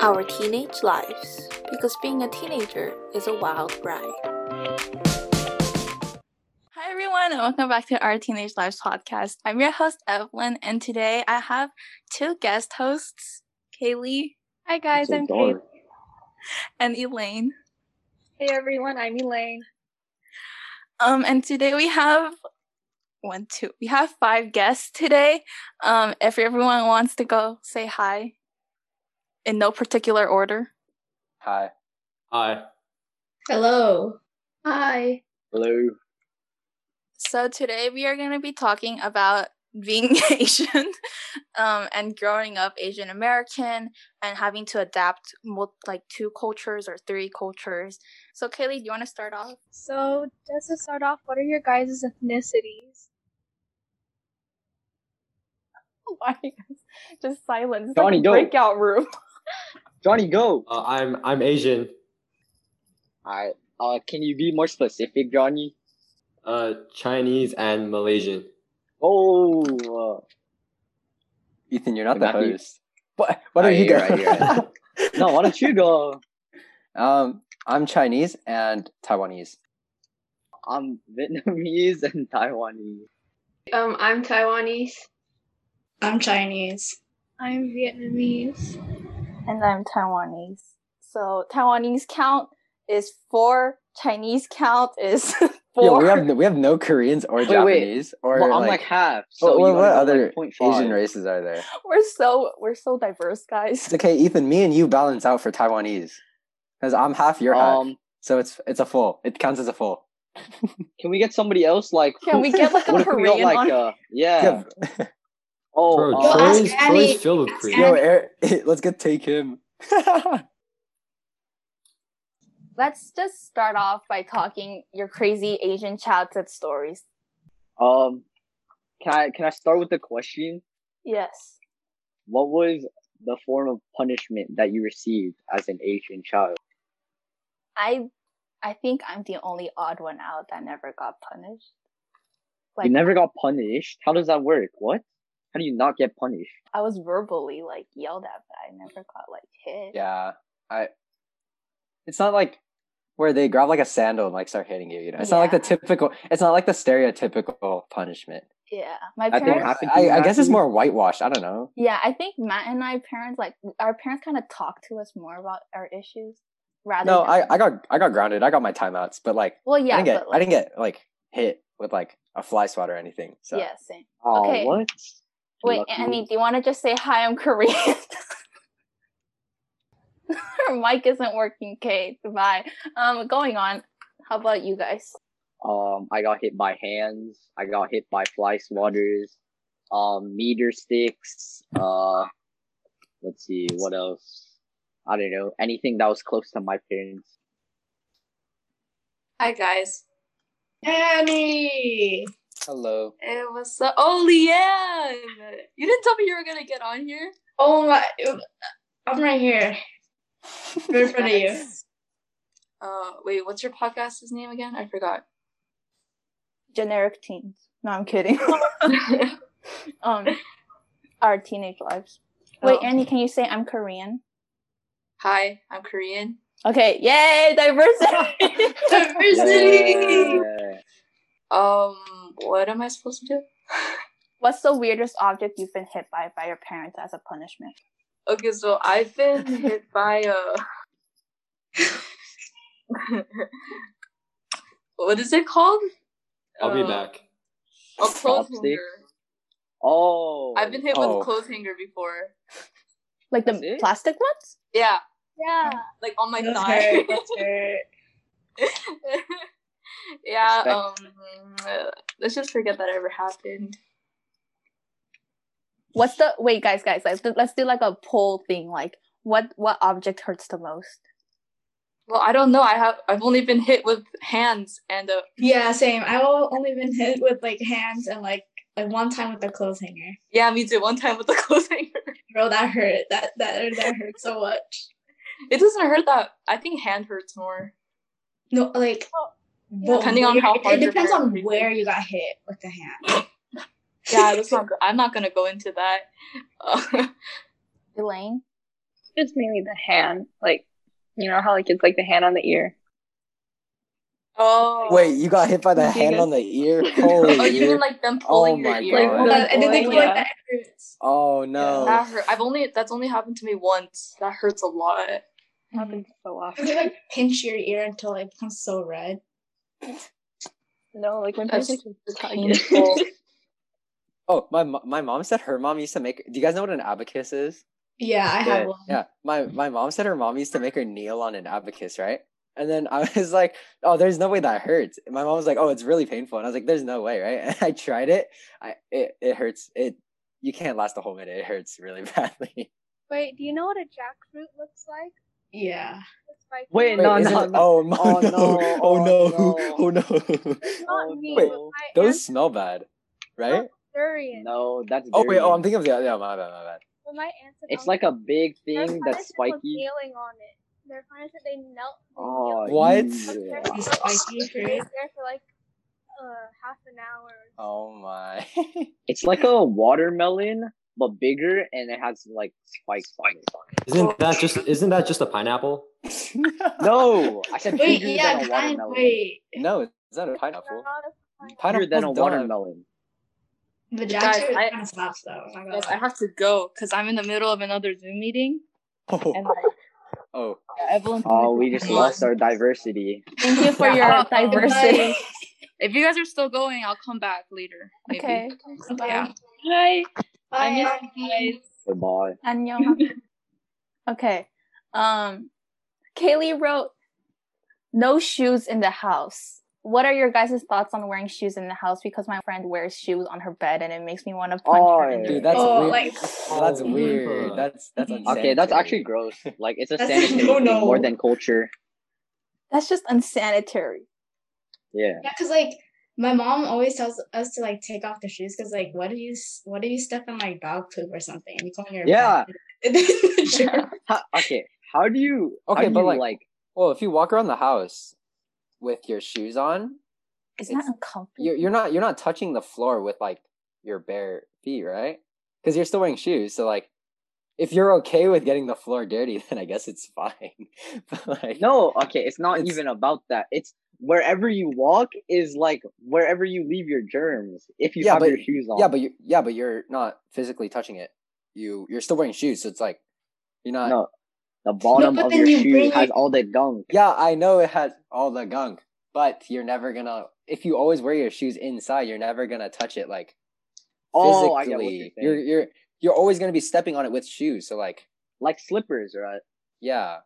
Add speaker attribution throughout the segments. Speaker 1: our teenage lives because being a teenager is a wild ride.
Speaker 2: Hi everyone, and welcome back to our Teenage Lives podcast. I'm your host Evelyn, and today I have two guest hosts, Kaylee
Speaker 3: Hi guys,
Speaker 4: so
Speaker 3: I'm Kate.
Speaker 4: dark.
Speaker 2: and Elaine.
Speaker 3: Hey everyone, I'm Elaine.
Speaker 2: Um, and today we have one, two, we have five guests today. Um, if everyone wants to go say hi in no particular order.
Speaker 4: Hi. Hi.
Speaker 5: Hello.
Speaker 3: Hi.
Speaker 4: Hello.
Speaker 2: So today we are going to be talking about being Asian um, and growing up Asian American and having to adapt mul- like two cultures or three cultures. So Kaylee, do you want to start off?
Speaker 3: So, just to start off, what are your guys' ethnicities?
Speaker 2: Why Oh just silence?
Speaker 4: like Johnny, a go. breakout
Speaker 2: room.
Speaker 4: Johnny, go.
Speaker 6: Uh, I'm I'm Asian.
Speaker 4: Alright. Uh, can you be more specific, Johnny?
Speaker 6: Uh, Chinese and Malaysian.
Speaker 4: Oh. Uh,
Speaker 7: Ethan, you're not
Speaker 4: Hey,
Speaker 7: the
Speaker 4: Matthew.
Speaker 7: host. What? What
Speaker 4: Oh,
Speaker 7: are you
Speaker 4: you're
Speaker 7: doing?
Speaker 4: right, you're no, why don't you go?
Speaker 7: um, I'm Chinese and Taiwanese.
Speaker 4: I'm Vietnamese and Taiwanese.
Speaker 5: Um, I'm Taiwanese.
Speaker 8: I'm Chinese.
Speaker 3: I'm Vietnamese.
Speaker 2: And I'm Taiwanese. So Taiwanese count is four. Chinese count is four.
Speaker 7: Yeah, we have we have no Koreans or
Speaker 4: Wait, wait.
Speaker 7: Japanese or
Speaker 4: well, I'm like,
Speaker 7: like,
Speaker 4: half.
Speaker 7: what-
Speaker 4: So
Speaker 7: what,
Speaker 4: you
Speaker 7: what
Speaker 4: only got,
Speaker 7: other
Speaker 4: like, 0.5.
Speaker 7: Asian races are there?
Speaker 2: We're so we're so diverse, guys.
Speaker 7: It's okay, Ethan. Me and you balance out for Taiwanese because I'm half, you're half.
Speaker 4: Um,
Speaker 7: So it's it's a full. It counts as a full.
Speaker 4: can we get somebody else? Like,
Speaker 2: Can we get like a
Speaker 4: what if we got
Speaker 2: Korean
Speaker 4: like
Speaker 2: on?
Speaker 4: uh, yeah.
Speaker 7: Yeah.
Speaker 4: Oh,
Speaker 6: Bro,
Speaker 4: uh,
Speaker 5: ask
Speaker 6: Troy's,
Speaker 5: Annie.
Speaker 6: Troy's filled with
Speaker 5: Ask
Speaker 6: Korean.
Speaker 7: Yo, Eric, let's go take him.
Speaker 2: Let's just start off by talking your crazy Asian childhood stories.
Speaker 4: um, can I can I start with the question?
Speaker 2: Yes.
Speaker 4: What was the form of punishment that you received as an Asian child?
Speaker 2: I I think I'm the only odd one out that never got punished.
Speaker 4: you never got punished. How does that work? What? How do you not get punished?
Speaker 2: I was verbally like yelled at, but I never got like hit.
Speaker 7: yeah, I. It's not like where they grab like a sandal and like start hitting you. You know, it's not like the typical. It's not like the stereotypical punishment.
Speaker 2: Yeah. My
Speaker 7: I think
Speaker 2: parents
Speaker 4: happened to
Speaker 7: I,
Speaker 4: you,
Speaker 7: I guess it's
Speaker 4: Matthew?
Speaker 7: more whitewashed. I don't know.
Speaker 2: Yeah, I think Matt and I parents like our parents kind of talk to us more about our issues rather.
Speaker 7: No,
Speaker 2: than,
Speaker 7: I, I got I got grounded. I got my timeouts, but like
Speaker 2: well,
Speaker 7: I
Speaker 2: yeah,
Speaker 7: didn't get
Speaker 2: but
Speaker 7: I
Speaker 2: like,
Speaker 7: didn't get like hit with like a fly swat or anything. So
Speaker 2: yeah, same.
Speaker 4: Oh,
Speaker 2: Okay.
Speaker 4: what?
Speaker 2: Wait,
Speaker 4: Lucky.
Speaker 2: Annie, do you want to just say hi? I'm Korean. Her mic isn't working. Kate, bye. Um, going on. How about you guys?
Speaker 4: Um, I got hit by hands. I got hit by fly swatters, um, meter sticks. Uh, let's see what else. I don't know anything that was close to my parents.
Speaker 8: Hi guys. Annie.
Speaker 7: hello.
Speaker 8: It was so. Oh, Leanne. You didn't tell me you were gonna get on here.
Speaker 5: Oh my, I'm right here, right in front of you.
Speaker 8: Uh, wait. What's your podcast's name again? I forgot.
Speaker 2: Generic teens. No, I'm kidding. um, our teenage lives. Wait,
Speaker 8: Oh.
Speaker 2: Annie, can you say I'm Korean?
Speaker 8: Hi, I'm Korean.
Speaker 2: Okay, yay, diversity.
Speaker 5: Diversity.
Speaker 4: Yeah.
Speaker 8: Um, what am I supposed to do?
Speaker 2: What's the weirdest object you've been hit by by your parents as a punishment?
Speaker 8: Okay, so I've been hit by a. what is it called?
Speaker 6: I'll be
Speaker 8: Uh,
Speaker 6: back.
Speaker 8: A clothes
Speaker 4: Chopsticks?
Speaker 8: hanger.
Speaker 4: Oh,
Speaker 8: I've been hit with
Speaker 7: Oh.
Speaker 8: a clothes hanger before.
Speaker 2: Like the
Speaker 4: That's it?
Speaker 2: plastic ones?
Speaker 8: Yeah,
Speaker 2: Yeah.
Speaker 8: like on my
Speaker 5: That's
Speaker 8: thigh.
Speaker 5: her. That's her.
Speaker 8: yeah.
Speaker 4: Respect.
Speaker 8: Um. uh, Let's just forget that ever happened.
Speaker 2: What's the wait, guys, guys, let's do, let's do like a poll thing. Like, what what object hurts the most?
Speaker 8: Well, I don't know. I have. I've only been hit with hands and uh,
Speaker 5: Yeah, same. I've al- only been hit with like hands and like like one time with a clothes hanger.
Speaker 8: yeah, me too. One time with the clothes hanger.
Speaker 5: Bro, that hurt. That that that hurt so much.
Speaker 8: It doesn't hurt that. I think hand hurts more.
Speaker 5: No, like well,
Speaker 8: Depending on
Speaker 5: where-
Speaker 8: how hard
Speaker 5: it
Speaker 8: your
Speaker 5: depends on
Speaker 8: parents-
Speaker 5: where you got hit with the hand.
Speaker 8: Yeah, that's not. I'm not gonna go into that. Uh,
Speaker 2: Elaine?
Speaker 9: it's mainly the hand. Like, you know how like it's like the hand on the ear.
Speaker 8: Oh.
Speaker 7: Wait, you got hit by the
Speaker 9: You
Speaker 7: hand
Speaker 9: guys-
Speaker 7: on the ear? Holy
Speaker 8: Oh, you mean
Speaker 7: dude.
Speaker 8: like them pulling
Speaker 7: Oh
Speaker 8: your
Speaker 7: my
Speaker 8: ear?
Speaker 7: God.
Speaker 9: Like,
Speaker 5: that, and then they
Speaker 9: boy,
Speaker 5: feel
Speaker 9: yeah.
Speaker 5: like that hurts.
Speaker 7: Oh no.
Speaker 8: That hurt. I've only that's only happened to me once. That hurts a lot.
Speaker 9: Happens so
Speaker 5: They
Speaker 9: often.
Speaker 5: like pinch your ear until it becomes so red.
Speaker 9: No, like when
Speaker 8: That's
Speaker 9: people like
Speaker 8: painful.
Speaker 7: Oh, my mo- my mom said her mom used to make. Do you guys know what an abacus is?
Speaker 5: Yeah, I have one.
Speaker 7: Yeah, my my mom said her mom used to make her kneel on an abacus, right? And then I was like, "Oh, there's no way that hurts." And my mom was like, "Oh, it's really painful." And I was like, "There's no way, right?" And I tried it. I it, it hurts. It you can't last a whole minute. It hurts really badly.
Speaker 3: Wait, do you know what a jackfruit looks like?
Speaker 5: Yeah.
Speaker 3: It's spiky.
Speaker 4: Wait, no,
Speaker 7: Wait,
Speaker 4: no,
Speaker 7: isn't it-
Speaker 4: no.
Speaker 7: Oh, no,
Speaker 4: Oh,
Speaker 7: no,
Speaker 4: no.
Speaker 7: oh
Speaker 4: Oh,
Speaker 7: no, oh no.
Speaker 3: It's not
Speaker 4: Oh,
Speaker 3: me.
Speaker 7: Wait,
Speaker 3: but my
Speaker 7: Those
Speaker 3: aunt's
Speaker 7: smell bad, right?
Speaker 3: Durian.
Speaker 4: No, that's
Speaker 7: Oh wait, oh,
Speaker 4: durian.
Speaker 7: I'm thinking of the other. Yeah, my bad, my bad.
Speaker 3: Well, my aunts and
Speaker 4: It's like a big thing that's
Speaker 3: Was
Speaker 4: spiky.
Speaker 3: kneeling on it. Their friends said they knelt. They
Speaker 4: Oh,
Speaker 3: kneeled
Speaker 7: What?
Speaker 4: yeah.
Speaker 5: These spiky
Speaker 3: right
Speaker 5: fruits.
Speaker 3: there for like uh, half an hour.
Speaker 7: Oh my.
Speaker 4: It's like a watermelon, but bigger, and it has like spikes on it.
Speaker 6: Isn't that just isn't that just a pineapple?
Speaker 4: No, I said
Speaker 5: Wait,
Speaker 4: bigger
Speaker 5: yeah,
Speaker 4: than a
Speaker 5: kind
Speaker 4: watermelon.
Speaker 5: wait.
Speaker 7: no, is that a pineapple?
Speaker 3: Not a
Speaker 4: Bigger than a
Speaker 7: Pineapples don't have-
Speaker 4: watermelon.
Speaker 5: The
Speaker 8: Guys,
Speaker 5: jackfruit
Speaker 8: I-
Speaker 5: kind of slaps though. I'm not gonna
Speaker 8: Guys, I
Speaker 5: lie.
Speaker 8: have to go because I'm in the middle of another Zoom meeting. And
Speaker 7: Oh,
Speaker 8: like,
Speaker 7: oh.
Speaker 8: Evelyn.
Speaker 4: Oh, we just lost our diversity.
Speaker 2: Thank you for your
Speaker 3: Oh,
Speaker 8: Yeah.
Speaker 2: diversity.
Speaker 8: If you guys are still going, I'll come back later. maybe.
Speaker 2: Okay.
Speaker 8: Yeah.
Speaker 9: Hi.
Speaker 8: I miss
Speaker 5: Bye.
Speaker 8: you guys.
Speaker 4: Goodbye.
Speaker 2: Annyeong. okay. Um, Kaylee wrote, "No shoes in the house." What are your guys' thoughts on wearing shoes in the house? Because my friend wears shoes on her bed, and it makes me want to punch her. In
Speaker 4: Oh,
Speaker 2: the
Speaker 7: Dude, that's
Speaker 5: Oh,
Speaker 7: weird.
Speaker 5: like-
Speaker 7: that's weird. That's that's unsanitary.
Speaker 4: Okay, that's actually gross. Like it's a
Speaker 5: That's
Speaker 4: sanitary
Speaker 5: no,
Speaker 4: thing
Speaker 5: no.
Speaker 4: more than culture.
Speaker 2: That's just unsanitary.
Speaker 4: Yeah.
Speaker 5: Yeah, cause like my mom always tells us to like take off the shoes, cause like what if you s- what if you step in like dog poop or something and you go in your
Speaker 4: Yeah.
Speaker 5: bed? Sure.
Speaker 4: How, okay. How do you?
Speaker 7: Okay,
Speaker 4: how do
Speaker 7: but,
Speaker 4: you,
Speaker 7: like-
Speaker 4: like
Speaker 7: Well, if you walk around the house with your shoes on,
Speaker 2: Isn't that
Speaker 7: It's-
Speaker 2: uncomfortable?
Speaker 7: you're
Speaker 4: Mm-hmm.
Speaker 7: you're not you're not touching the floor with like your bare feet, right? Because you're still wearing shoes. So like, if you're okay with getting the floor dirty, then I guess it's fine. but like,
Speaker 4: No, okay, it's not
Speaker 7: It's-
Speaker 4: even about that. It's wherever you walk is like wherever you leave your germs if you
Speaker 7: Yeah,
Speaker 4: have
Speaker 7: but-
Speaker 4: your shoes on.
Speaker 7: yeah, but you yeah, but you're not physically touching it. You you're still wearing shoes, so it's like you're not.
Speaker 4: no, the bottom
Speaker 5: but
Speaker 4: of
Speaker 5: then
Speaker 4: your
Speaker 5: you
Speaker 4: shoe
Speaker 5: bring
Speaker 4: has
Speaker 5: it-
Speaker 4: all the gunk.
Speaker 7: Yeah, I know it has all the gunk, but you're never gonna. If you always wear your shoes inside, you're never gonna touch it like
Speaker 4: Oh, I get what you're
Speaker 7: physically.
Speaker 4: saying.
Speaker 7: you're you're you're always gonna be stepping on it with shoes. So like,
Speaker 4: like slippers, right?
Speaker 7: yeah,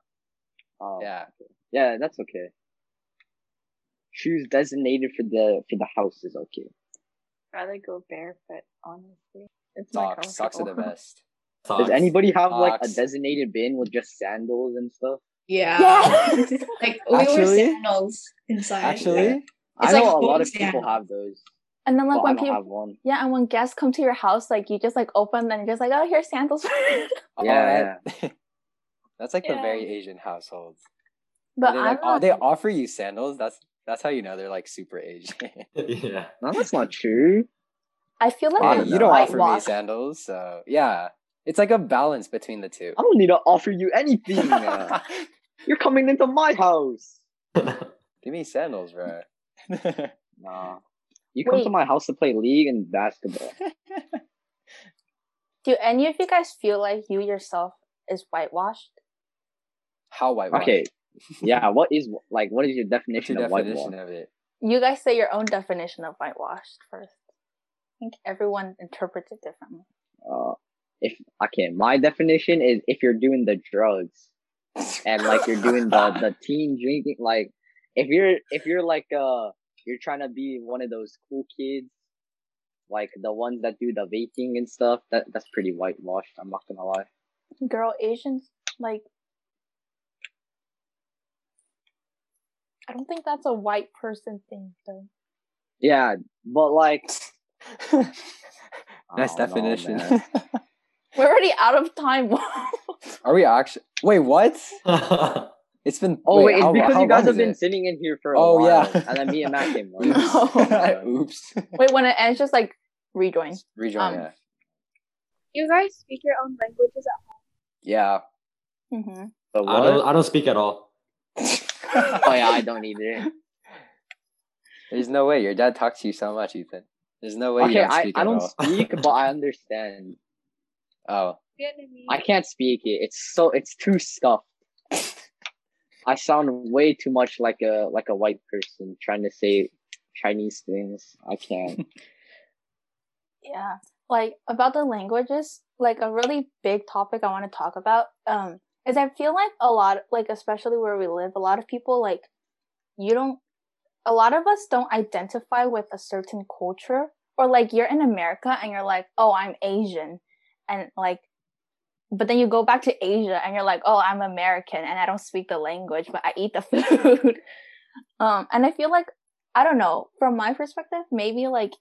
Speaker 4: Oh,
Speaker 7: yeah.
Speaker 4: yeah, that's okay. Shoes designated for the for the house is okay.
Speaker 9: rather go barefoot, honestly. It's not
Speaker 7: Socks, socks are the
Speaker 9: comfortable.
Speaker 7: best.
Speaker 4: Does anybody have like a
Speaker 7: Socks.
Speaker 4: designated bin with just sandals and stuff?
Speaker 5: Yeah.
Speaker 2: Yes!
Speaker 5: Like we wear
Speaker 7: Actually-
Speaker 5: sandals inside.
Speaker 7: Actually,
Speaker 5: It's
Speaker 4: I know
Speaker 5: like
Speaker 4: a lot
Speaker 5: old
Speaker 4: of people
Speaker 5: sandals.
Speaker 4: have those,
Speaker 2: and then like
Speaker 4: but I
Speaker 2: when
Speaker 4: don't
Speaker 2: people,
Speaker 4: have one.
Speaker 2: yeah, and when guests come to your house, like you just like open and you're just like, oh, here's sandals.
Speaker 4: Yeah,
Speaker 7: oh, that- that's like the
Speaker 9: Yeah.
Speaker 7: very Asian households.
Speaker 2: but
Speaker 7: they
Speaker 2: I'm
Speaker 7: like
Speaker 2: not-
Speaker 7: oh, they offer you sandals. That's that's how you know they're like super Asian.
Speaker 6: yeah.
Speaker 4: No, that's not true.
Speaker 2: I feel like
Speaker 4: I
Speaker 7: Yeah,
Speaker 2: I'm
Speaker 4: don't
Speaker 7: you don't
Speaker 4: know.
Speaker 2: white
Speaker 7: offer me
Speaker 2: wash.
Speaker 7: sandals, so yeah, it's like a balance between the two.
Speaker 4: I don't need to offer you anything. uh.
Speaker 7: Give
Speaker 4: You're coming into my house.
Speaker 7: me sandals, bro.
Speaker 4: Nah. You come to
Speaker 2: Wait.
Speaker 4: my house to play league and basketball.
Speaker 2: Do any of you guys feel like you yourself is whitewashed?
Speaker 7: How whitewash?
Speaker 4: Okay. Yeah, what is like what is your
Speaker 7: What's
Speaker 4: definition
Speaker 7: your
Speaker 4: of
Speaker 7: definition
Speaker 4: whitewash?
Speaker 7: of it?
Speaker 2: You guys say your own definition of whitewashed first. I think everyone interprets it differently.
Speaker 4: Uh, if okay, my definition is if you're doing the drugs and like you're doing the the teen drinking like if you're if you're like uh you're trying to be one of those cool kids like the ones that do the vaping and stuff that that's pretty whitewashed i'm not gonna lie
Speaker 2: Girl, Asians like I don't think that's a white person thing though.
Speaker 4: yeah but like I
Speaker 7: nice
Speaker 4: don't know,
Speaker 7: definition.
Speaker 4: man.
Speaker 2: We're already out of time.
Speaker 7: Are we actually? Wait, what? It's been.
Speaker 4: Oh wait, it's
Speaker 7: how-
Speaker 4: because
Speaker 7: how
Speaker 4: you guys
Speaker 7: long
Speaker 4: have
Speaker 7: is
Speaker 4: been
Speaker 7: it?
Speaker 4: sitting in here for a
Speaker 7: Oh,
Speaker 4: while,
Speaker 7: yeah.
Speaker 4: and then me and Matt came. on.
Speaker 7: Oops.
Speaker 4: Oh,
Speaker 7: Oops.
Speaker 2: Wait, when it ends, just like rejoin.
Speaker 7: Rejoin.
Speaker 2: Um,
Speaker 7: yeah.
Speaker 3: You guys speak your own languages at
Speaker 7: yeah.
Speaker 2: Mm-hmm.
Speaker 4: But
Speaker 6: I
Speaker 4: what?
Speaker 6: don't. I don't speak at all.
Speaker 4: Oh yeah, I don't either.
Speaker 7: There's no way your dad talks to you so much, Ethan. There's no way you
Speaker 4: Okay,
Speaker 7: don't
Speaker 4: I,
Speaker 7: speak
Speaker 4: I
Speaker 7: at
Speaker 4: don't
Speaker 7: all.
Speaker 4: speak, but I understand.
Speaker 7: Oh,
Speaker 3: Vietnamese.
Speaker 4: I can't speak it. It's so it's too stuffed. I sound way too much like a like a white person trying to say Chinese things. I can't.
Speaker 2: Yeah. Like about the languages, like a really big topic I want to talk about um is I feel like a lot like especially where we live, a lot of people like you don't a lot of us don't identify with a certain culture or like you're in America and you're like, "Oh, I'm Asian." And like but then you go back to Asia and you're like, "Oh, I'm American and I don't speak the language, but I eat the food." um and I feel like I don't know, from my perspective, maybe like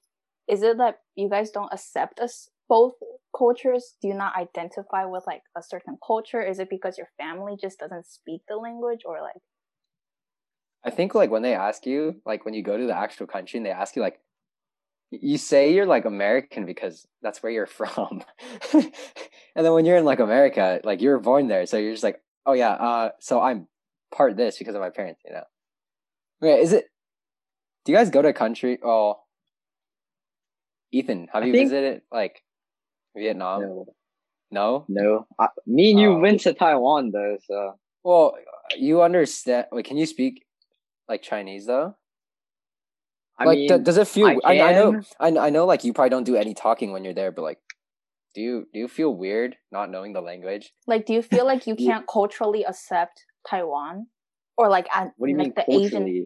Speaker 2: is it that you guys don't accept us both cultures do you not identify with like a certain culture is it because your family just doesn't speak the language or like
Speaker 7: I think like when they ask you, like when you go to the actual country and they ask you, like, you say you're like American because that's where you're from, and then when you're in like America, like you were born there, so you're just like, oh yeah, uh, so I'm part this because of my parents, you know. Wait, is it? Do you guys go to country? Oh, Ethan, have
Speaker 4: I
Speaker 7: you
Speaker 4: think-
Speaker 7: visited like Vietnam?
Speaker 4: No,
Speaker 7: no?
Speaker 4: no. I, me and you
Speaker 7: Oh.
Speaker 4: went to Taiwan though, so
Speaker 7: Well, you understand. Wait, can you speak like Chinese though?
Speaker 4: I
Speaker 7: like,
Speaker 4: mean,
Speaker 7: do- does it feel?
Speaker 4: I
Speaker 7: I, I know,
Speaker 4: can.
Speaker 7: I, I know. Like, you probably don't do any talking when you're there, but like, do you do you feel weird not knowing the language?
Speaker 2: like do you feel like you
Speaker 7: Yeah.
Speaker 2: can't culturally accept taiwan or like at,
Speaker 4: what do you
Speaker 2: like
Speaker 4: mean
Speaker 2: the
Speaker 4: culturally?
Speaker 2: asian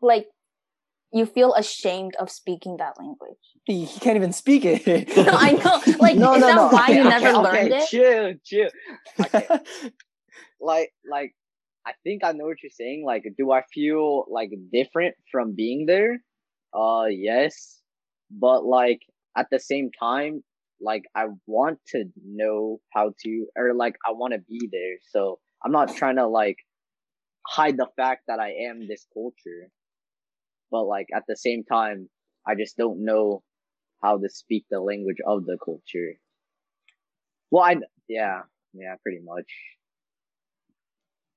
Speaker 2: like you feel ashamed of speaking that language
Speaker 7: He, he can't even speak it.
Speaker 2: no i know like
Speaker 7: No,
Speaker 2: is
Speaker 7: no,
Speaker 2: that
Speaker 7: no.
Speaker 2: why
Speaker 7: Okay,
Speaker 2: you
Speaker 7: okay,
Speaker 2: never learned
Speaker 4: okay,
Speaker 2: it
Speaker 4: Chill, chill. Okay, like like I think I know what you're saying. Like, do I feel like different from being there? Uh yes. But like at the same time, like I want to know how to or like I wanna be there. So I'm not trying to like hide the fact that I am this culture. But like at the same time, I just don't know how to speak the language of the culture. Well I yeah, yeah, pretty much.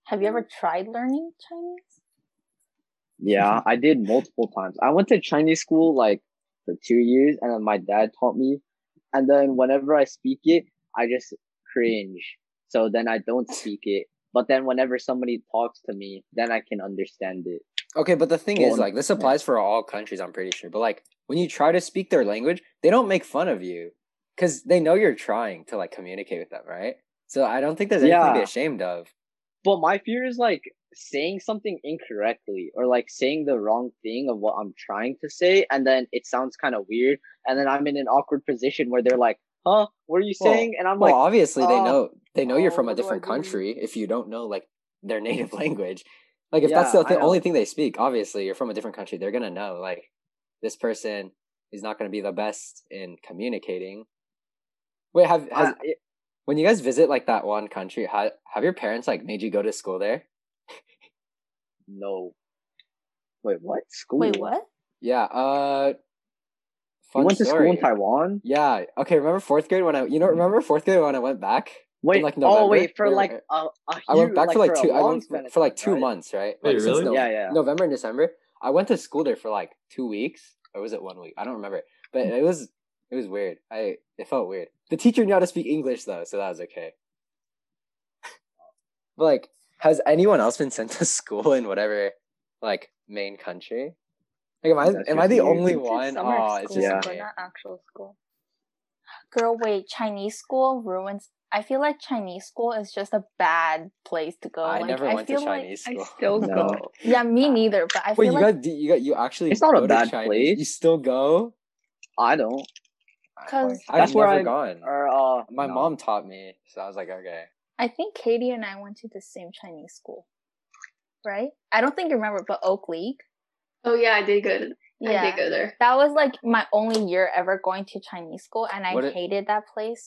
Speaker 2: have you
Speaker 4: Mm.
Speaker 2: ever tried learning chinese
Speaker 4: Yeah, I did multiple times. I went to Chinese school like for two years, and then my dad taught me. And then whenever I speak it, I just cringe. So then I don't speak it. But then whenever somebody talks to me, then I can understand it.
Speaker 7: okay, but the thing
Speaker 4: Well,
Speaker 7: is, like, this applies for all countries. I'm pretty sure, but like, when you try to speak their language, they don't make fun of you because they know you're trying to like communicate with them, right? So I don't think there's anything to be
Speaker 4: Yeah.
Speaker 7: ashamed of.
Speaker 4: But my fear is like saying something incorrectly or like saying the wrong thing of what I'm trying to say, and then it sounds kind of weird. And then I'm in an awkward position where they're like, "Huh, what are you
Speaker 7: Well,
Speaker 4: saying?" And I'm
Speaker 7: well,
Speaker 4: like,
Speaker 7: obviously they
Speaker 4: uh,
Speaker 7: know they know you're
Speaker 4: oh,
Speaker 7: from a
Speaker 4: what do I
Speaker 7: different
Speaker 4: do?
Speaker 7: country if you don't know like their native language. Like if that's
Speaker 4: Yeah,
Speaker 7: the
Speaker 4: I
Speaker 7: th- only
Speaker 4: know.
Speaker 7: thing they speak, obviously you're from a different country, they're gonna know like this person is not gonna be the best in communicating. Wait, have
Speaker 4: I-
Speaker 7: has when you guys visit like that one country, ha- have your parents like made you go to school there?
Speaker 4: No. Wait, what? School?
Speaker 2: wait what
Speaker 7: Yeah. Uh,
Speaker 4: You
Speaker 7: fun
Speaker 4: went to school in
Speaker 7: story.
Speaker 4: Taiwan? Mm-hmm.
Speaker 7: Yeah. Okay. Remember fourth grade when I you know remember fourth grade when I went back?
Speaker 4: Wait,
Speaker 7: like,
Speaker 4: oh
Speaker 7: November?
Speaker 4: wait, for
Speaker 7: We were-
Speaker 4: like a, a huge,
Speaker 7: I went back
Speaker 4: like,
Speaker 7: for like
Speaker 4: a
Speaker 7: two. I
Speaker 4: long
Speaker 7: went for,
Speaker 4: span of
Speaker 7: for like
Speaker 4: time,
Speaker 7: two
Speaker 4: right?
Speaker 7: months, right?
Speaker 6: Wait,
Speaker 7: like since
Speaker 6: really?
Speaker 7: Nov
Speaker 4: Yeah, yeah.
Speaker 7: November and December, I went to school there for like two weeks, or was it one week? I don't remember, but it was it was weird. I it felt weird. The teacher knew how to speak English though, so that was okay. But like, has anyone else been sent to school in whatever like main country? Like, am I
Speaker 4: That's
Speaker 7: am I the
Speaker 4: just weird.
Speaker 7: only
Speaker 9: It's just
Speaker 7: one?
Speaker 9: summer
Speaker 7: Oh, it's
Speaker 9: school,
Speaker 7: just
Speaker 4: Yeah.
Speaker 9: but
Speaker 7: me.
Speaker 9: not actual school.
Speaker 2: girl wait chinese school ruins i feel like chinese school is just a bad place to go
Speaker 7: I
Speaker 2: like
Speaker 7: never
Speaker 2: i
Speaker 7: went to
Speaker 2: feel like
Speaker 7: Chinese
Speaker 9: I
Speaker 7: school.
Speaker 9: still
Speaker 4: No.
Speaker 9: go.
Speaker 2: yeah me neither but i
Speaker 7: Wait,
Speaker 2: feel
Speaker 7: you
Speaker 2: like
Speaker 7: got you got you actually
Speaker 4: It's not a
Speaker 7: go
Speaker 4: bad
Speaker 7: to Chinese?
Speaker 4: place.
Speaker 7: You still go?
Speaker 4: I don't.
Speaker 2: because
Speaker 7: I've
Speaker 4: That's where
Speaker 7: never
Speaker 4: I-
Speaker 7: gone.
Speaker 4: Or, uh,
Speaker 7: My
Speaker 4: no.
Speaker 7: mom taught me, so I was like, okay.
Speaker 2: I think Katie and I went to the same Chinese school, right? I don't think you remember, but Oak League.
Speaker 8: Oh yeah, I did good. I did go there.
Speaker 2: that was like my only year ever going to Chinese school, and I
Speaker 7: What it-
Speaker 2: hated that place.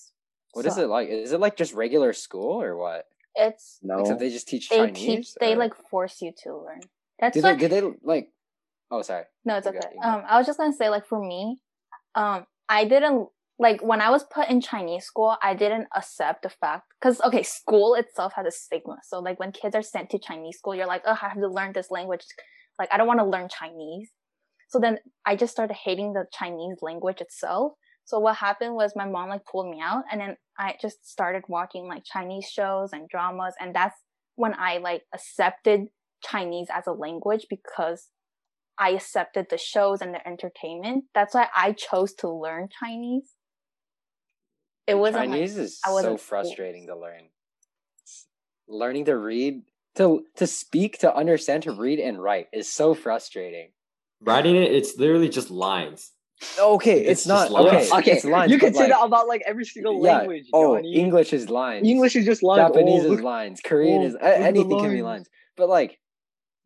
Speaker 7: What is
Speaker 2: So,
Speaker 7: it like? Is it like just regular school or what?
Speaker 2: It's
Speaker 4: No.
Speaker 7: Except they just teach
Speaker 2: they
Speaker 7: Chinese.
Speaker 2: teach, they
Speaker 7: or-
Speaker 2: like force you to learn. That's
Speaker 7: Do they?
Speaker 2: like
Speaker 7: Do they like? Oh, sorry.
Speaker 2: no, it's
Speaker 7: you go-
Speaker 2: okay.
Speaker 7: you go.
Speaker 2: Um, I was just gonna say like for me, um, I didn't like when I was put in Chinese school, I didn't accept the fact because okay, school itself has a stigma. So like when kids are sent to Chinese school, you're like, oh, I have to learn this language. Like I don't want to learn Chinese. So then I just started hating the Chinese language itself. So what happened was my mom like pulled me out, and then I just started watching like Chinese shows and dramas, and that's when I like accepted Chinese as a language because I accepted the shows and the entertainment. That's why I chose to learn Chinese. It wasn't like,
Speaker 7: Chinese is
Speaker 2: I
Speaker 7: so
Speaker 2: wasn't
Speaker 7: frustrating to learn. Learning to read, to to speak, to understand, to read and write is so frustrating.
Speaker 6: Writing it, it's literally just lines.
Speaker 7: Okay,
Speaker 6: It's
Speaker 7: it's,
Speaker 6: just
Speaker 7: not
Speaker 6: lines.
Speaker 7: okay.
Speaker 4: Okay,
Speaker 7: It's lines.
Speaker 4: you
Speaker 7: but
Speaker 4: can say
Speaker 7: like,
Speaker 4: that about like every single
Speaker 7: yeah.
Speaker 4: language.
Speaker 7: Oh,
Speaker 4: Johnny.
Speaker 7: English is lines.
Speaker 4: English is just lines.
Speaker 7: Japanese
Speaker 4: oh,
Speaker 7: is
Speaker 4: look-
Speaker 7: lines. Korean
Speaker 4: oh,
Speaker 7: is
Speaker 4: look at the
Speaker 7: anything can be
Speaker 4: lines.
Speaker 7: lines. But like,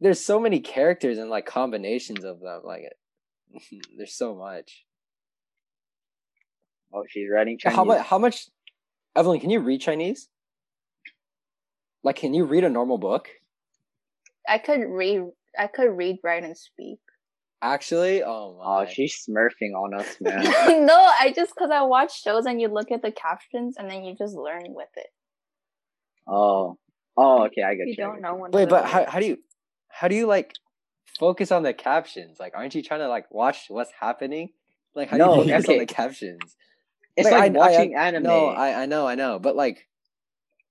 Speaker 7: there's so many characters and like combinations of them. Like, there's so much.
Speaker 4: Oh, she's writing Chinese.
Speaker 7: How much? How much? Evelyn, can you read Chinese? Like, can you read a normal book?
Speaker 2: I could read, I could read, write, and speak.
Speaker 7: Actually, oh my.
Speaker 4: Oh, she's smurfing on us, man.
Speaker 2: no, I just because I watch shows and you look at the captions and then you just learn with it.
Speaker 4: oh, oh, okay, I get
Speaker 9: You
Speaker 4: you.
Speaker 9: don't know when.
Speaker 7: Wait, but
Speaker 9: to-
Speaker 7: how how do you how do you like focus on the captions? Like, aren't you trying to like watch what's happening? Like, how
Speaker 4: No,
Speaker 7: do you focus on
Speaker 4: okay.
Speaker 7: the captions?
Speaker 4: It's
Speaker 7: Like,
Speaker 4: like,
Speaker 7: I- I-
Speaker 4: watching anime.
Speaker 7: No, I I know, I know, but like,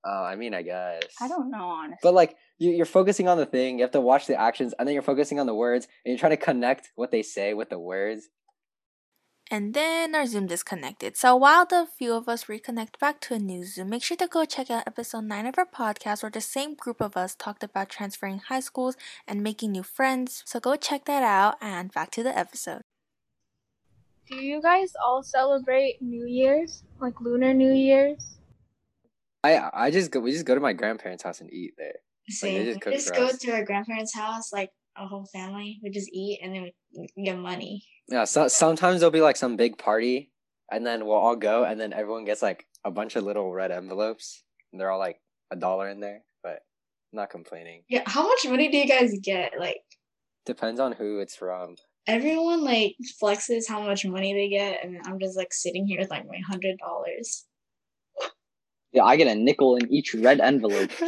Speaker 7: oh, I mean, I guess
Speaker 2: I don't know, honestly.
Speaker 7: But like, you, you're focusing on the thing. You have to watch the actions, and then you're focusing on the words, and you're trying to connect what they say with the words.
Speaker 1: And then our Zoom disconnected. So while the few of us reconnect back to a new Zoom, make sure to go check out episode 9 of our podcast where the same group of us talked about transferring high schools and making new friends. So go check that out and back to the episode.
Speaker 3: Do you guys all celebrate New Year's, like Lunar New Year's?
Speaker 7: I I just go. We just go to my grandparents' house and eat there.
Speaker 5: Same.
Speaker 7: just cook
Speaker 5: we just
Speaker 7: for
Speaker 5: go
Speaker 7: us.
Speaker 5: to our grandparents' house, like a whole family. We just eat and then we get money.
Speaker 7: Yeah. So sometimes there'll be like some big party, and then we'll all go, and then everyone gets like a bunch of little red envelopes, and they're all like a dollar in there. But I'm not complaining.
Speaker 5: Yeah. How much money do you guys get? Like
Speaker 7: Depends on who it's from.
Speaker 5: everyone like flexes how much money they get, and I'm just like sitting here with like my hundred dollars.
Speaker 4: yeah, I get a nickel in each red envelope.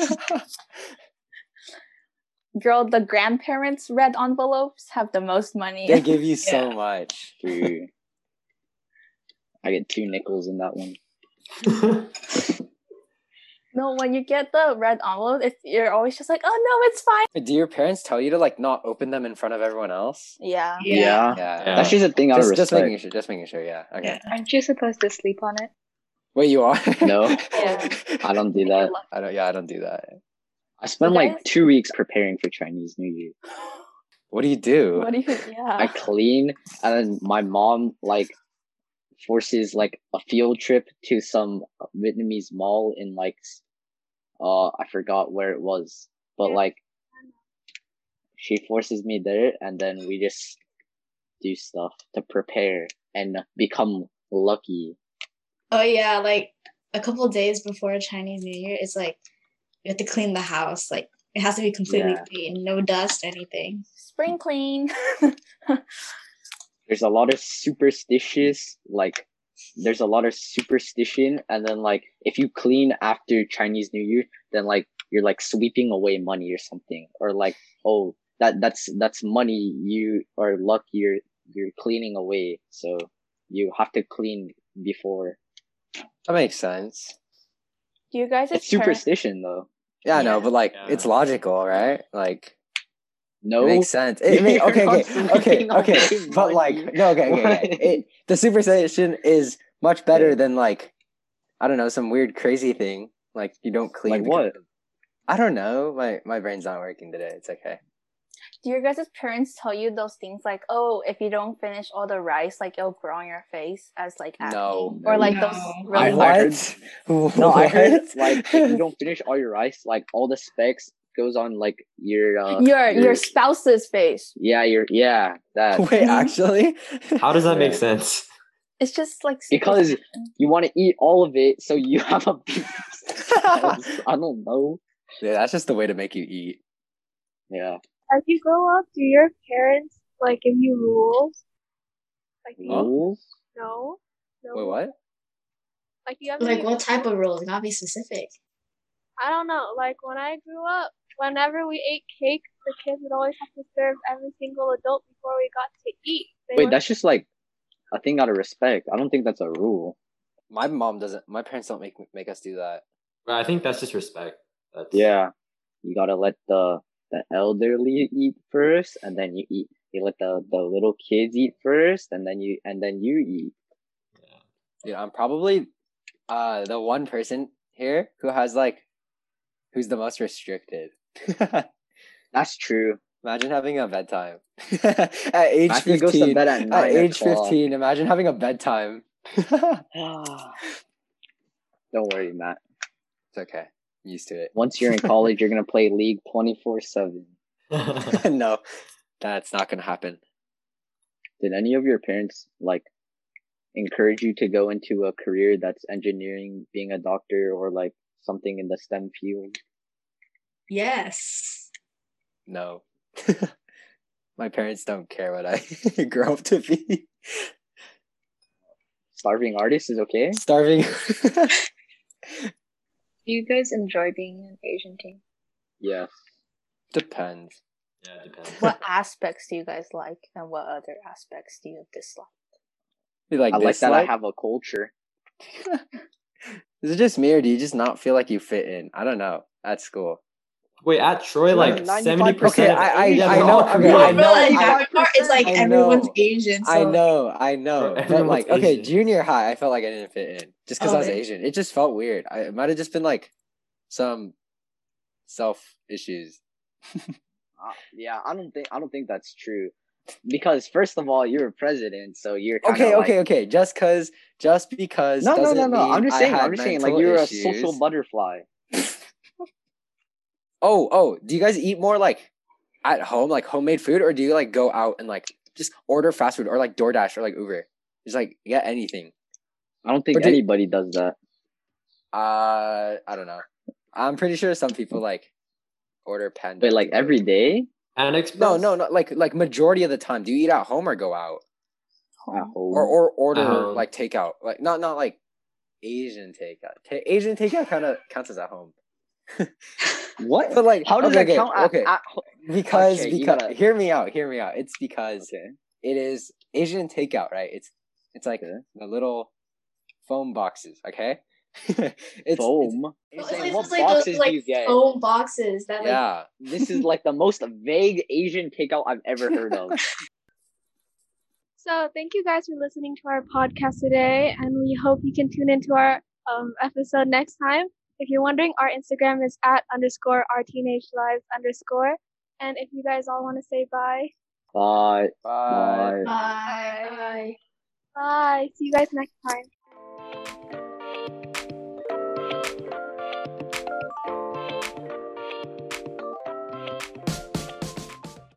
Speaker 2: Girl, the grandparents' red envelopes have the most money.
Speaker 7: They give you so much.
Speaker 4: Dude. I get two nickels in that one.
Speaker 2: no, when you get the red envelope, it's, you're always just like, oh no, it's fine.
Speaker 7: Do your parents tell you to like not open them in front of everyone else?
Speaker 2: Yeah.
Speaker 4: Yeah.
Speaker 7: Yeah.
Speaker 6: Yeah.
Speaker 4: That's just a thing out of
Speaker 7: Just,
Speaker 4: respect.
Speaker 7: just making sure. Just making sure. Yeah. Okay.
Speaker 9: Aren't you supposed to sleep on it?
Speaker 7: Wait, you are?
Speaker 4: No.
Speaker 2: Yeah.
Speaker 4: I don't do that.
Speaker 7: I don't. Yeah, I don't do that.
Speaker 4: I spent like
Speaker 2: guys-
Speaker 4: two weeks preparing for Chinese New Year.
Speaker 7: What do you do?
Speaker 2: What do you?
Speaker 4: I
Speaker 2: Yeah.
Speaker 4: clean, and then my mom like forces like a field trip to some Vietnamese mall in like, s- uh, I forgot where it was, but like, she forces me there, and then we just do stuff to prepare and become lucky.
Speaker 5: Oh yeah, like a couple days before Chinese New Year, it's like you have to clean the house. Like it has to be completely
Speaker 4: Yeah.
Speaker 5: clean, no dust, anything.
Speaker 2: Spring clean.
Speaker 4: There's a lot of superstitious like. There's a lot of superstition, and then like if you clean after Chinese New Year, then like you're like sweeping away money or something, or like oh that that's that's money you or luck you're you're cleaning away, so you have to clean before.
Speaker 7: That makes sense.
Speaker 2: do you guys' parents?
Speaker 4: It's superstition though.
Speaker 7: Yeah, I know,
Speaker 2: Yeah.
Speaker 7: but like
Speaker 6: Yeah.
Speaker 7: it's logical, right? Like
Speaker 4: No,
Speaker 7: it makes sense. It may,
Speaker 4: You're
Speaker 7: okay,
Speaker 4: not
Speaker 7: okay, okay,
Speaker 4: sleeping on
Speaker 7: okay.
Speaker 4: his
Speaker 7: But
Speaker 4: money.
Speaker 7: like, no, okay, okay,
Speaker 4: What?
Speaker 7: okay. It, the superstition is much better than like, I don't know, some weird crazy thing. Like you don't clean.
Speaker 4: like
Speaker 7: because-
Speaker 4: what?
Speaker 7: I don't know. My my brain's not working today. It's okay.
Speaker 2: Do your guys' parents tell you those things like, oh, if you don't finish all the rice, like it'll grow on your face as like acne,
Speaker 7: No.
Speaker 2: or like
Speaker 5: No.
Speaker 2: those
Speaker 4: I-
Speaker 2: really
Speaker 4: I heard-
Speaker 7: What?
Speaker 4: No, I heard
Speaker 7: What?
Speaker 4: like if you don't finish all your rice, like all the specs goes on like your uh
Speaker 2: your your spouse's face.
Speaker 4: yeah your yeah that
Speaker 7: Wait, actually,
Speaker 6: How does that make
Speaker 4: Yeah.
Speaker 6: sense?
Speaker 2: It's just like
Speaker 4: because you want to eat all of it, so you have a. big- I don't know.
Speaker 7: yeah, that's just the way to make you eat.
Speaker 4: Yeah,
Speaker 3: As you grow up, do your parents like give you rules? Like do you
Speaker 7: Huh?
Speaker 4: rules.
Speaker 3: no, no.
Speaker 7: Wait, what?
Speaker 3: Like you have to
Speaker 5: Like
Speaker 3: be-
Speaker 5: what type of rolls? You gotta be specific.
Speaker 3: I don't know. Like when I grew up, whenever we ate cake, the kids would always have to serve every single adult before we got to eat. They
Speaker 4: Wait,
Speaker 3: were-
Speaker 4: that's just like a thing out of respect. I don't think that's a rule.
Speaker 7: My mom doesn't. My parents don't make make us do that.
Speaker 6: But I think that's just respect. That's,
Speaker 4: Yeah, you gotta let the the elderly eat first, and then you eat. You let the the little kids eat first, and then you and then you eat.
Speaker 7: Dude, I'm probably uh the one person here who has like who's the most restricted.
Speaker 4: That's true.
Speaker 7: imagine having a bedtime at age
Speaker 4: Matthew goes to
Speaker 7: fifteen.
Speaker 4: bed at
Speaker 7: At
Speaker 4: nine
Speaker 7: age
Speaker 4: o'clock.
Speaker 7: fifteen, imagine having a bedtime. it's
Speaker 4: Don't worry, Matt.
Speaker 7: okay. I'm used to it.
Speaker 4: Once you're in college, you're gonna play League twenty four seven.
Speaker 7: no, that's not gonna happen.
Speaker 4: Did any of your parents like encourage you to go into a career that's engineering, being a doctor, or like something in the STEM field?
Speaker 5: Yes.
Speaker 7: No. My parents don't care what I grow up to be.
Speaker 4: Starving artist is okay.
Speaker 7: Starving.
Speaker 9: Do you guys enjoy being an Asian team?
Speaker 4: Yes.
Speaker 7: Depends.
Speaker 6: Yeah, it depends.
Speaker 2: what aspects do you guys like, and what other aspects do you dislike?
Speaker 7: You like
Speaker 4: I like
Speaker 7: this
Speaker 4: that I
Speaker 7: light?
Speaker 4: have a culture.
Speaker 7: Is it just me or do you just not feel like you fit in? I don't know. At school.
Speaker 6: Wait, at Troy, like
Speaker 4: 95%
Speaker 6: seventy
Speaker 7: Okay,
Speaker 6: percent.
Speaker 7: I- I-
Speaker 6: of
Speaker 7: I
Speaker 6: Asians
Speaker 7: know,
Speaker 6: are
Speaker 7: okay,
Speaker 5: No,
Speaker 7: I
Speaker 5: bro,
Speaker 7: know,
Speaker 5: like
Speaker 7: I-
Speaker 5: that part is like
Speaker 7: I
Speaker 5: everyone's
Speaker 7: know.
Speaker 5: Asian. So
Speaker 7: I know, I know.
Speaker 6: Bro,
Speaker 7: but
Speaker 6: everyone's
Speaker 7: like, okay,
Speaker 6: Asian.
Speaker 7: junior high, I felt like I didn't fit in just because I
Speaker 5: Oh,
Speaker 7: was
Speaker 5: it-
Speaker 7: Asian. It just felt weird. I, it might have just been like some self issues.
Speaker 4: Uh, yeah, I don't think I don't think that's true. Because first of all, you're a president, so you're kind of
Speaker 7: Okay,
Speaker 4: like,
Speaker 7: okay, okay. Just cause, just because.
Speaker 4: No, no, no,
Speaker 7: doesn't
Speaker 4: no. I'm
Speaker 7: mean
Speaker 4: just
Speaker 7: I
Speaker 4: saying.
Speaker 7: had
Speaker 4: I'm just saying. Like
Speaker 7: mental
Speaker 4: you're
Speaker 7: issues.
Speaker 4: a social butterfly.
Speaker 7: Oh, oh, do you guys eat more like at home, like homemade food, or do you like go out and like just order fast food or like DoorDash or like Uber? Just like get anything.
Speaker 4: I don't think
Speaker 7: But do-
Speaker 4: anybody does that.
Speaker 7: Uh, I don't know. I'm pretty sure some people like order Panda.
Speaker 4: But like
Speaker 7: Delivery.
Speaker 4: every day
Speaker 6: And express.
Speaker 7: No, no, no. Like like majority of the time, do you eat at home or go out
Speaker 4: at home.
Speaker 7: or or order
Speaker 4: Uh-huh.
Speaker 6: home.
Speaker 7: like takeout? Like not not like Asian takeout. Ta- Asian takeout kind of counts as at home.
Speaker 4: what?
Speaker 7: But like
Speaker 4: How does
Speaker 7: okay,
Speaker 4: that count?
Speaker 7: Okay,
Speaker 4: at- At, home?
Speaker 7: because
Speaker 4: Okay, you
Speaker 7: because
Speaker 4: gotta-
Speaker 7: hear me out. Hear me out. It's because
Speaker 4: okay.
Speaker 7: it is Asian takeout, right? It's it's like
Speaker 4: Okay.
Speaker 7: the little foam boxes. Okay, it's, it's-
Speaker 4: Foam.
Speaker 5: Well,
Speaker 4: You're
Speaker 5: it's
Speaker 4: saying,
Speaker 5: like-
Speaker 4: what
Speaker 5: it's like those,
Speaker 4: boxes do you
Speaker 5: like,
Speaker 4: get?
Speaker 5: Foam boxes that like
Speaker 7: yeah.
Speaker 4: This is like the most vague Asian takeout I've ever heard of.
Speaker 3: So thank you guys for listening to our podcast today, and we hope you can tune into our um, episode next time. If you're wondering, our Instagram is at underscore our teenage lives underscore. And if you guys all want to say bye,
Speaker 4: Bye.
Speaker 7: Bye.
Speaker 5: Bye. Bye.
Speaker 3: bye. See you guys next time.